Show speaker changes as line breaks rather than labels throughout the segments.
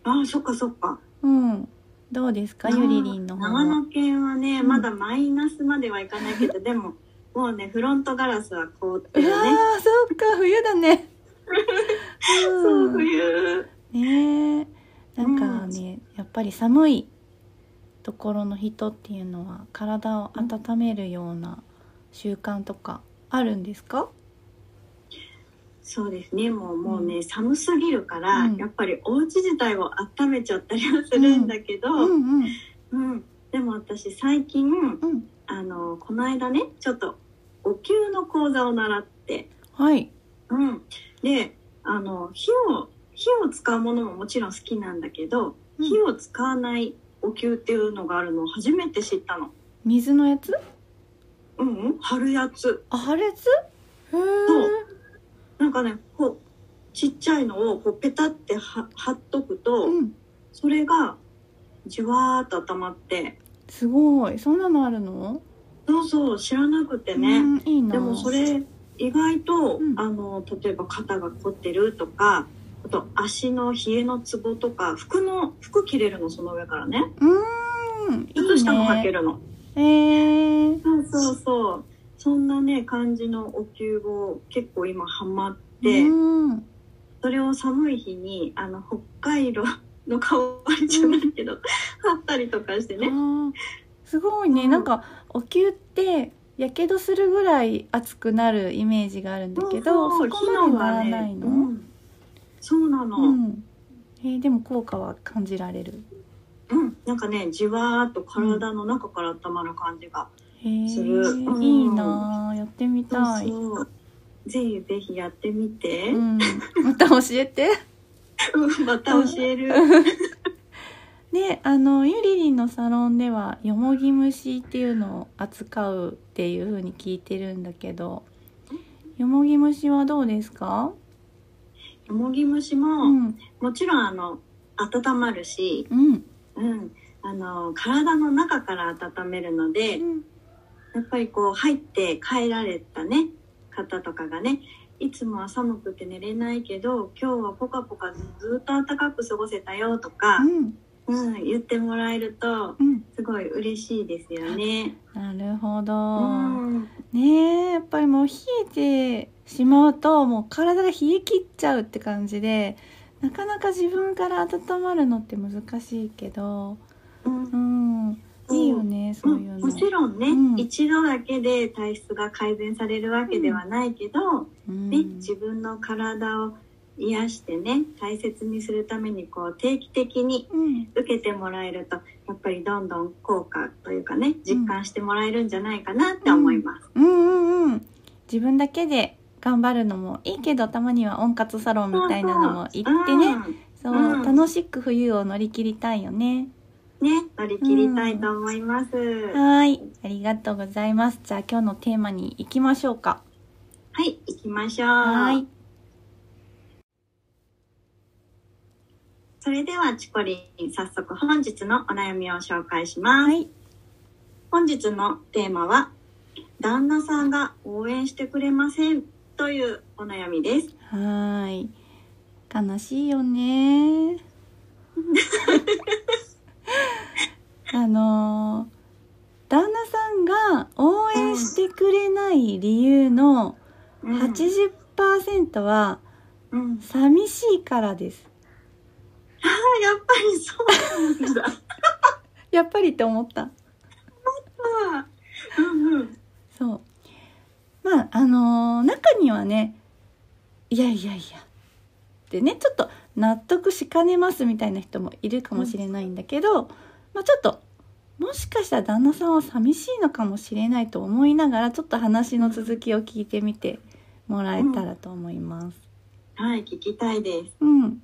ああそっかそっか
うん。どうですか、ゆりりんの方
長
は。
野県はね
うん
まだマイナスまではいかない けど、でももうねフロントガラスは凍って
う
る
わ
ね
ーそっか冬だね
そう
うん
冬
ねえなんかね、やっぱり寒いところの人っていうのは体を温めるような習慣とかあるんですか
そうですねもうもうね、寒すぎるから、
うん
やっぱりお家自体を温めちゃったりはするんだけど、
うんうん
うんでも私最近
うん
あのこの間ねちょっとお灸の講座を習って、
はい
うん、であの火を火を使うものももちろん好きなんだけど、
うん
火を使わないお灸っていうのがあるのを初めて知ったの。
水のやつ
うんうん、春やつ。
あ破裂へえ
なんかね、こう、ちっちゃいのをこうペタっては貼っとくと、
うん
それが、じわーっと温まって、
すごいそんなのあるの
そうそう、知らなくて
う
ね。
んいいな
でもそれ、意外と、
うん
あの、例えば肩が凝ってるとか、あと足の冷えのツボとか、服の、服着れるの、その上からね。
うんいい
ちょっとしたのか
ね
けるの。
えー、
そうそうそう。そんなね、感じのお灸を結構今ハマって、
うん
それを寒い日にあの北海道の香りじゃないけど、貼ったりとかして
あ
ね
ーすごいね、
うん
なんかお灸ってやけどするぐらい熱くなるイメージがあるんだけどそ
そう
こまでは
火
ないうの、
んそうなの、
う
うん
んえーでも効果は感じられる
なんかねじわーっと体の中から温まる感じが、
へえ
するうん
いいなあやってみたい
そうそうぜひぜひやってみて、
うん、また教えて
また教える、
であのゆりりんのサロンではよもぎ虫っていうのを扱うっていうふうに聞いてるんだけどよもぎ虫はどうですか、
よもぎ虫
う
も、
ん
もちろんあの温まるし、
うん
うん、あの体の中から温めるので、
うん
やっぱりこう入って帰られたね方とかがねいつもは寒くて寝れないけど今日はポカポカずっと暖かく過ごせたよとか、
うん
うん、言ってもらえると
うん
すごい嬉しいですよね。
なるほ
う
ど、
ん、
ねえやっぱりもう冷えてしまうともう体が冷え切っちゃうって感じでなかなか自分から温まるのって難しいけど
うん
うんいいよねそういうの
もちろんね、
うん
一度だけで体質が改善されるわけではないけど、
うん
ね、自分の体を癒してね大切にするためにこう定期的に
うん
受けてもらえるとやっぱりどんどん効果というかね実感してもらえるんじゃないかなって思います。
うんうんうん自分だけで頑張るのもいいけどたまには温活サロンみたいなのも行ってねそう、
うん
楽しく冬を乗り切りたいよね
うんね乗り切りたいと思います。は
はいありがとうございますじゃあ今日のテーマに行きましょうか
い行きましょう。
はい
それではチコリン早速本日のお悩みを紹介します。
はい
本日のテーマは旦那さんが応援してくれませんというお悩みです。
はーい。悲しいよ ね。あのー旦那さんが応援してくれない理由の
うん
80%は
うん、
寂しいからです。
ああ、やっぱりそうなんだ。
やっぱりって思った。
あーうんうん。
そう。まあ、あのー中にはね、いやいやいや、ってね、ちょっと納得しかねますみたいな人もいるかもしれないんだけど、まあちょっと、もしかしたら旦那さんは寂しいのかもしれないと思いながら、ちょっと話の続きを聞いてみてもらえたらと思います。
はい、聞きたいです。
うん。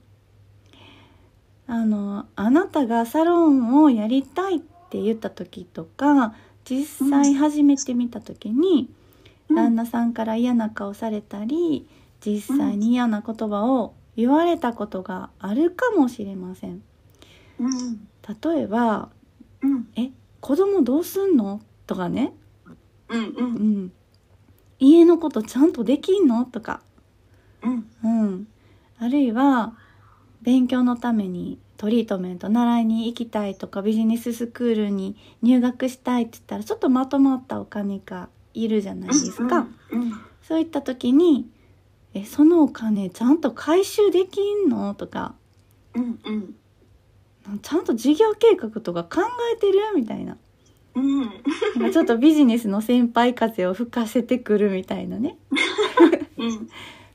あの、あなたがサロンをやりたいって言った時とか、実際始めてみた時に、旦那さんから嫌な顔されたり、実際に嫌な言葉を言われたことがあるかもしれません。
うん。
例えば、
うん。
え、子供どうすんのとかね、
うん。う。
うんん。家のことちゃんとできんのとか、
うん。
うん。あるいは、勉強のためにトリートメント習いに行きたいとか、ビジネススクールに入学したいって言ったら、ちょっとまとまったお金がいるじゃないですか。
うん。
そういった時に、え、そのお金ちゃんと回収できんのとか、
うん。うん。
ちゃんと事業計画とか考えてるみたいな。
うん。
なんかちょっとビジネスの先輩風を吹かせてくるみたいなね。
うん。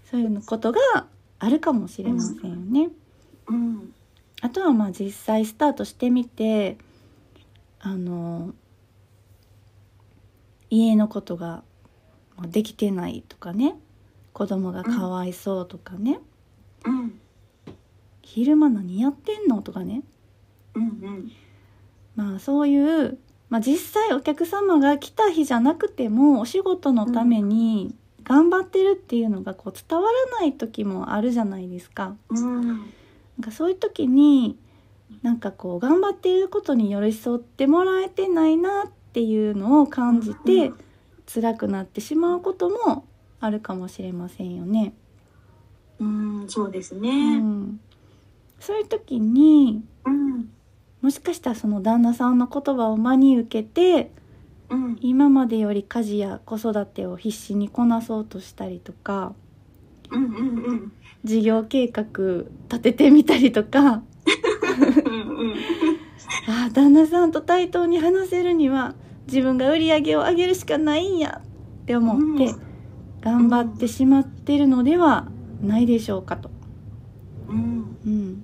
そういうことがあるかもしれませんよね。
うん。
あとはまあ実際スタートしてみてあの家のことがまあできてないとかね子供がかわいそうとかね、
うん。
昼間何やってんのとかね
うん。
まあそういう、まあ、実際お客様が来た日じゃなくてもお仕事のために頑張ってるっていうのがこう伝わらない時もあるじゃないですか。
うん。
なんかそういう時になんかこう頑張っていることに寄り添ってもらえてないなっていうのを感じて
うん
辛くなってしまうこともあるかもしれませんよね。
うん。そうです
う
ね。
ん、そういう時に
うん。
もしかしたらその旦那さんの言葉を真に受けて
うん。
今までより家事や子育てを必死にこなそうとしたりとか
うん。うん。うん。
事業計画立ててみたりとか
うん。
ああ旦那さんと対等に話せるには自分が売り上げを上げるしかないんやって思って
うん
頑張ってしまってるのではないでしょうかと、
うん。
うん、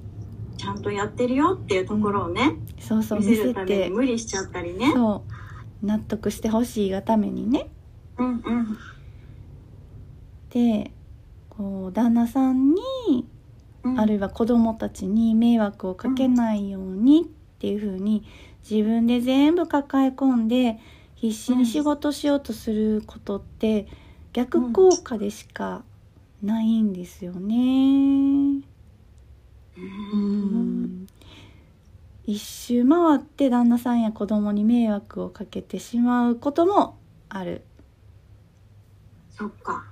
ちゃんとやってるよっていうところをね、
そうそう
見
見
せる
せ
ために
て
無理しちゃったりね。
そう納得してほしいがためにね
うんうん
でこう旦那さんに、
うん。
あるいは子供たちに迷惑をかけないようにっていう風に自分で全部抱え込んで必死に仕事しようとすることって逆効果でしかないんですよね。
う。
うんん一周回って旦那さんや子供に迷惑をかけてしまうこともある。
そっか。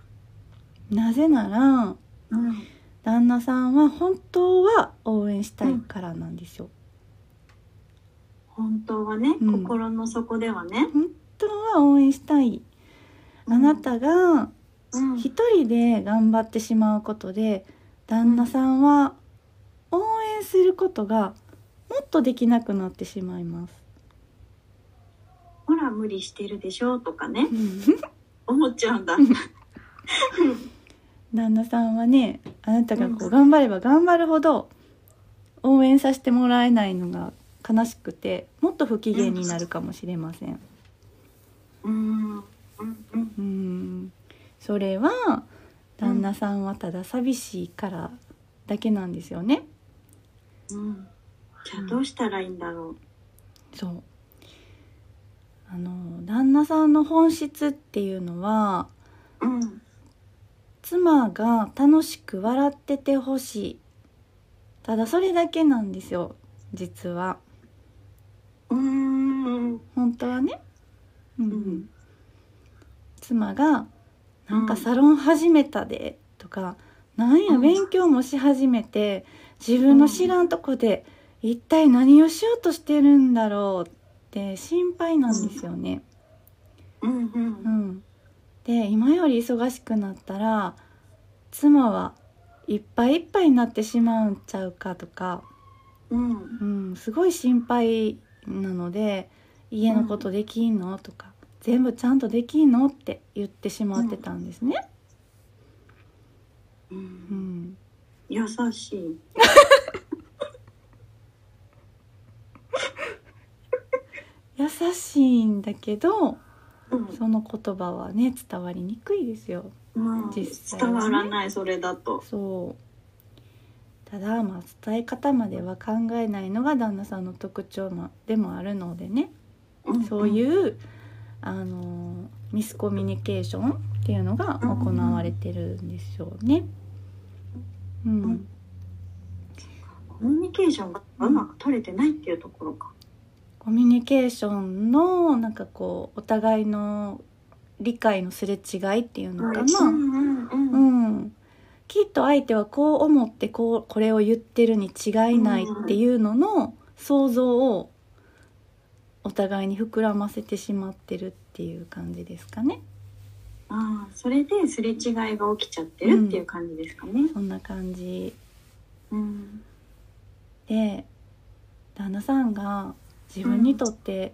なぜなら
うん。
旦那さんは本当は応援したいからなんですよ。
本当はね、
うん
心の底ではね。
本当は応援したい。あなたが
うん、
一人で頑張ってしまうことで旦那さんは応援することがもっとできなくなってしまいます。
ほら無理してるでしょとかね、思っちゃうんだ。
旦那さんはねあなたがこ
う
うん頑張れば頑張るほど応援させてもらえないのが悲しくてもっと不機嫌になるかもしれません。
うん、うん、うん、
うんそれは旦那さんはただ寂しいからだけなんですよね。
うん。じゃあどうしたらいいんだろ
そうあの旦那さんの本質っていうのは
う。うん、
妻が楽しく笑っててほしいただそれだけなんですよ実は
うん、うん、
本当はね、うん
うん
妻がなんか
うん
サロン始めたでとか、なん
う
や
ん
勉強もし始めて自分の知らんとこで一体何をしようとしてるんだろうって心配なんですよね。
うんう
うんん、で今より忙しくなったら妻はいっぱいいっぱいになってしまうんちゃうかとか、
うん
うん、すごい心配なので家のことできんの、とか全部ちゃんとできんのって言ってしまってたんですね。
う
うんん
優しい
優しいんだけど
うん
その言葉はね伝わりにくいですよ
うん
実際
伝
はね
わらないそれだと
そうただまあ伝え方までは考えないのが旦那さんの特徴までもあるのでねそういうう、あのミスコミュニケーションっていうのが行われてるんでしょうね。うん
うんコミュニケーションがうまく取れてないっていうところか
コミュニケーションのなんかこうお互いの理解のすれ違いっていうのかな。
うんうんうん
う
うん
ん、きっと相手はこう思ってこうこれを言ってるに違いないっていうのの想像をお互いに膨らませてしまってるっていう感じですかね
ああそれですれ違いが起きちゃってるっていう感じですかね
そんな感じ
うん
で旦那さんが自分にとって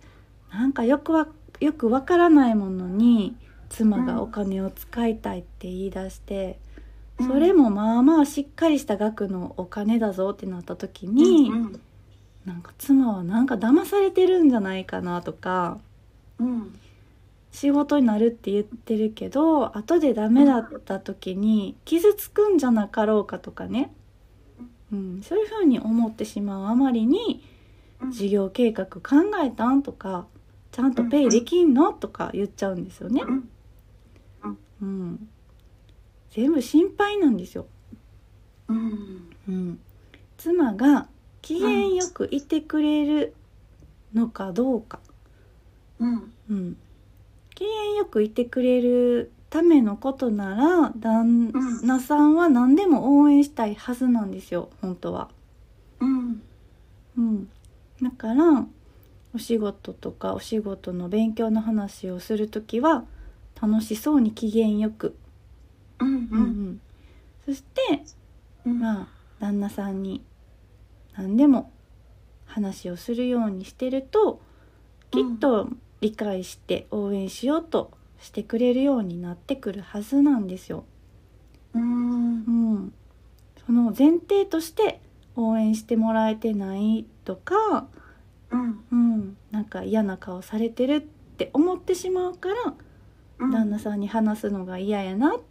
なんかよくわよくわからないものに妻がお金を使いたいって言い出して、
うん
それもまあまあしっかりした額のお金だぞってなった時に。
うん
なんか妻はなんか騙されてるんじゃないかなとか
うん
仕事になるって言ってるけど後でダメだった時に傷つくんじゃなかろうかとかね、うん、そういうふうに思ってしまうあまりに
うん
事業計画考えたんとかちゃんとペイできんのとか言っちゃうんですよね
う、ん
うん、全部心配なんですよ、
うん
うん、妻が機嫌よくいてくれるのかどうか
うん
うん、機嫌よくいてくれるためのことなら旦那さんは何でも応援したいはずなんですよ本当は、
うん
うん、だからお仕事とかお仕事の勉強の話をする時は楽しそうに機嫌よく、
う
うんうんん、そして
うん
まあ旦那さんに何でも話をするようにしてるときっと理解して応援しようとしてくれるようになってくるはずなんですよ。
うん
うん、その前提として応援してもらえてないとか、
うん
うん、なんか嫌な顔されてるって思ってしまうから、
うん
旦那さんに話すのが嫌やなっ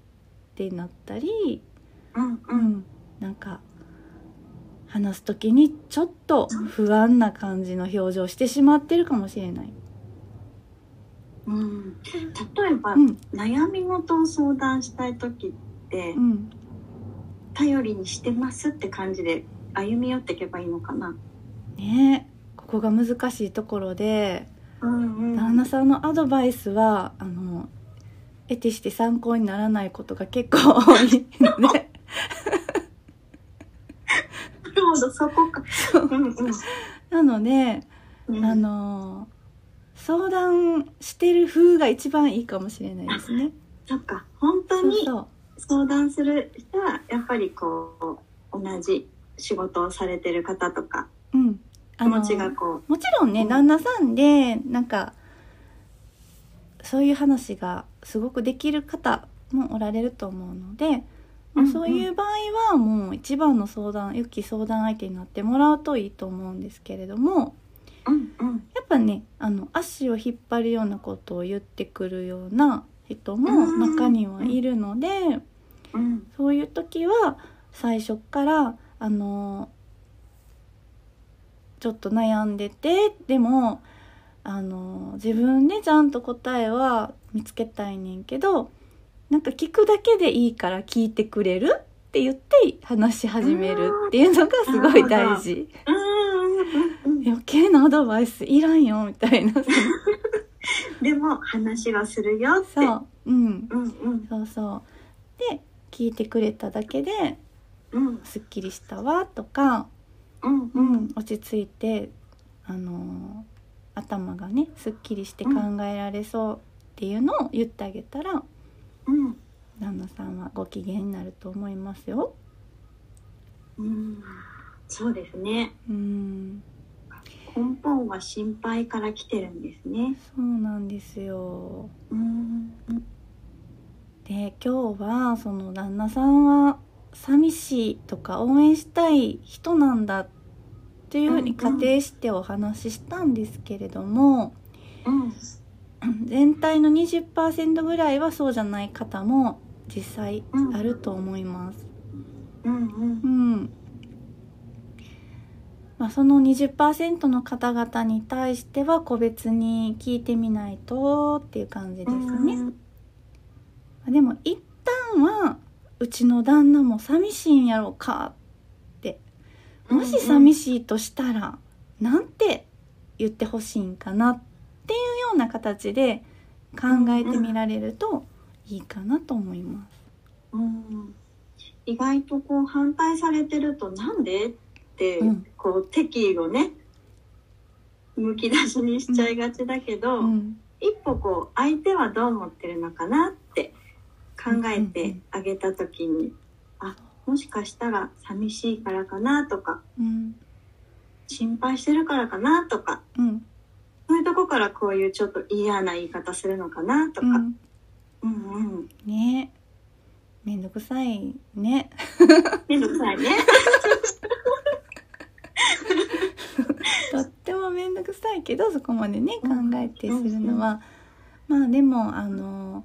てなったり、
うんう
うんん、なんか話す時にちょっと不安な感じの表情をしてしまってるかもしれない。
うん例えば
うん、
悩み事を相談したい時って
うん
頼りにしてますって感じで歩み寄っていけばいいのかな
ねえここが難しいところで
うん
旦那さんのアドバイスはあの得てして参考にならないことが結構多いの で
なるほどそこかうんうん
なので
うん
あの相談してる風が一番いいかもしれないですね。
そっか本当
そう
に
そう
相談する人はやっぱりこう同じ仕事をされてる方とか
うん、
気
あの
持ちがこ
もちろんね
うん
旦那さんでなんかそういう話がすごくできる方もおられると思うので、まあ
うんうん
そういう場合はもう一番の相談良き相談相手になってもらうといいと思うんですけれども
ううんうん
やっぱねあの足を引っ張るようなことを言ってくるような人も
うん
中にはいるので、
うん
そういう時は最初っからあのちょっと悩んでてでもあの自分でちゃんと答えは見つけたいねんけどなんか聞くだけでいいから聞いてくれるって言って話し始めるっていうのがすごい大事
うんうんうんうん
余計なアドバイスいらんよみたいな
でも話はするよって。
そう、うん、
うんうん
そうそう。で、聞いてくれただけで、
うん
すっきりしたわとか、
うん
う
うん
ん、落ち着いて、あのー頭がね、すっきりして考えられそうっていうのを言ってあげたら、
うん
旦那さんはご機嫌になると思いますよ。
うん。そうですね。
うん、
根本は心配から来てるんですね。
そうなんですよ。
うんうん
で、今日はその旦那さんは寂しいとか応援したい人なんだっていうふうに仮定してお話ししたんですけれども、
うん
全体の20%ぐらいはそうじゃない方も実際
うん
あると思います。
うん
うん。まあ、その20%の方々に対しては個別に聞いてみないとっていう感じで
う
す
ん。
かね。でも一旦はうちの旦那も寂しいんやろうかってもし寂
しい。
しいとしたらなんて言ってほしいんかなっていうような形で考えてみられるといいかなと思います。
うん意外とこう反対されてるとなんでって、
うん
こう敵意をねむき出しにしちゃいがちだけど、
うん
一歩こう相手はどう思ってるのかなって考えてあげた時に、あもしかしたら寂しいからかなとか
うん
心配してるからかなとか
うん
そういうとこからこういうちょっと嫌な言い方するのかなと
う
か、
ん
うんうん
ねめんどくさい ね。
めんどくさい ね。
とっても面倒くさいけどそこまでね考えてするのは、まあでもあの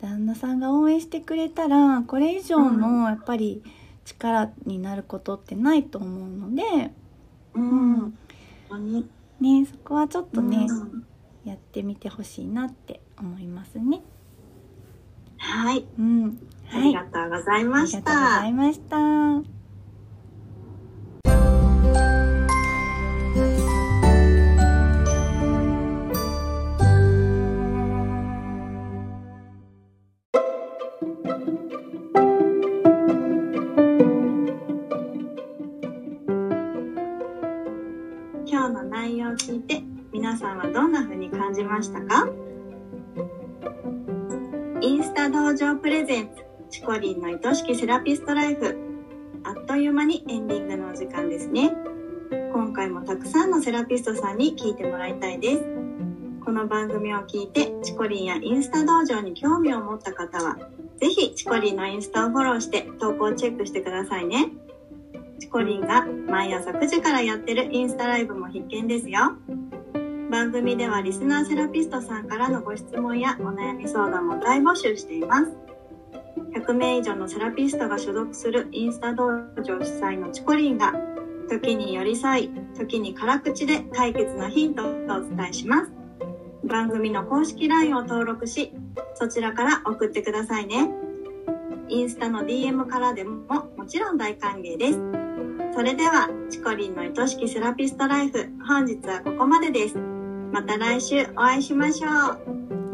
旦那さんが応援してくれたらこれ以上のやっぱり力になることってないと思うので、
うん、本当に
ね、そこはちょっとね、
うん
やってみてほしいなって思いますね。
はい、
うん、
あ
は
り
い
がとうござい
あ
ま
りが
し
とうご
た。
ざいました。は
今日の内容を聞いて皆さんはどんな風に感じましたかインスタ道場プレゼンツチコリンの愛しきセラピストライフあっという間にエンディングのお時間ですね今回もたくさんのセラピストさんに聞いてもらいたいですこの番組を聞いてチコリンやインスタ道場に興味を持った方はぜひチコリンのインスタをフォローして投稿をチェックしてくださいねチコリンが毎朝9時からやってるインスタライブも必見ですよ。番組ではリスナーセラピストさんからのご質問やお悩み相談も大募集しています。100名以上のセラピストが所属するインスタ道場主催のチコリンが時に寄り添い、時に辛口で解決のヒントをお伝えします。番組の公式 LINE を登録し、そちらから送ってくださいね。インスタの DM からでももちろん大歓迎です。それでは、チコリンの愛しきセラピストライフ、本日はここまでです。また来週お会いしましょう。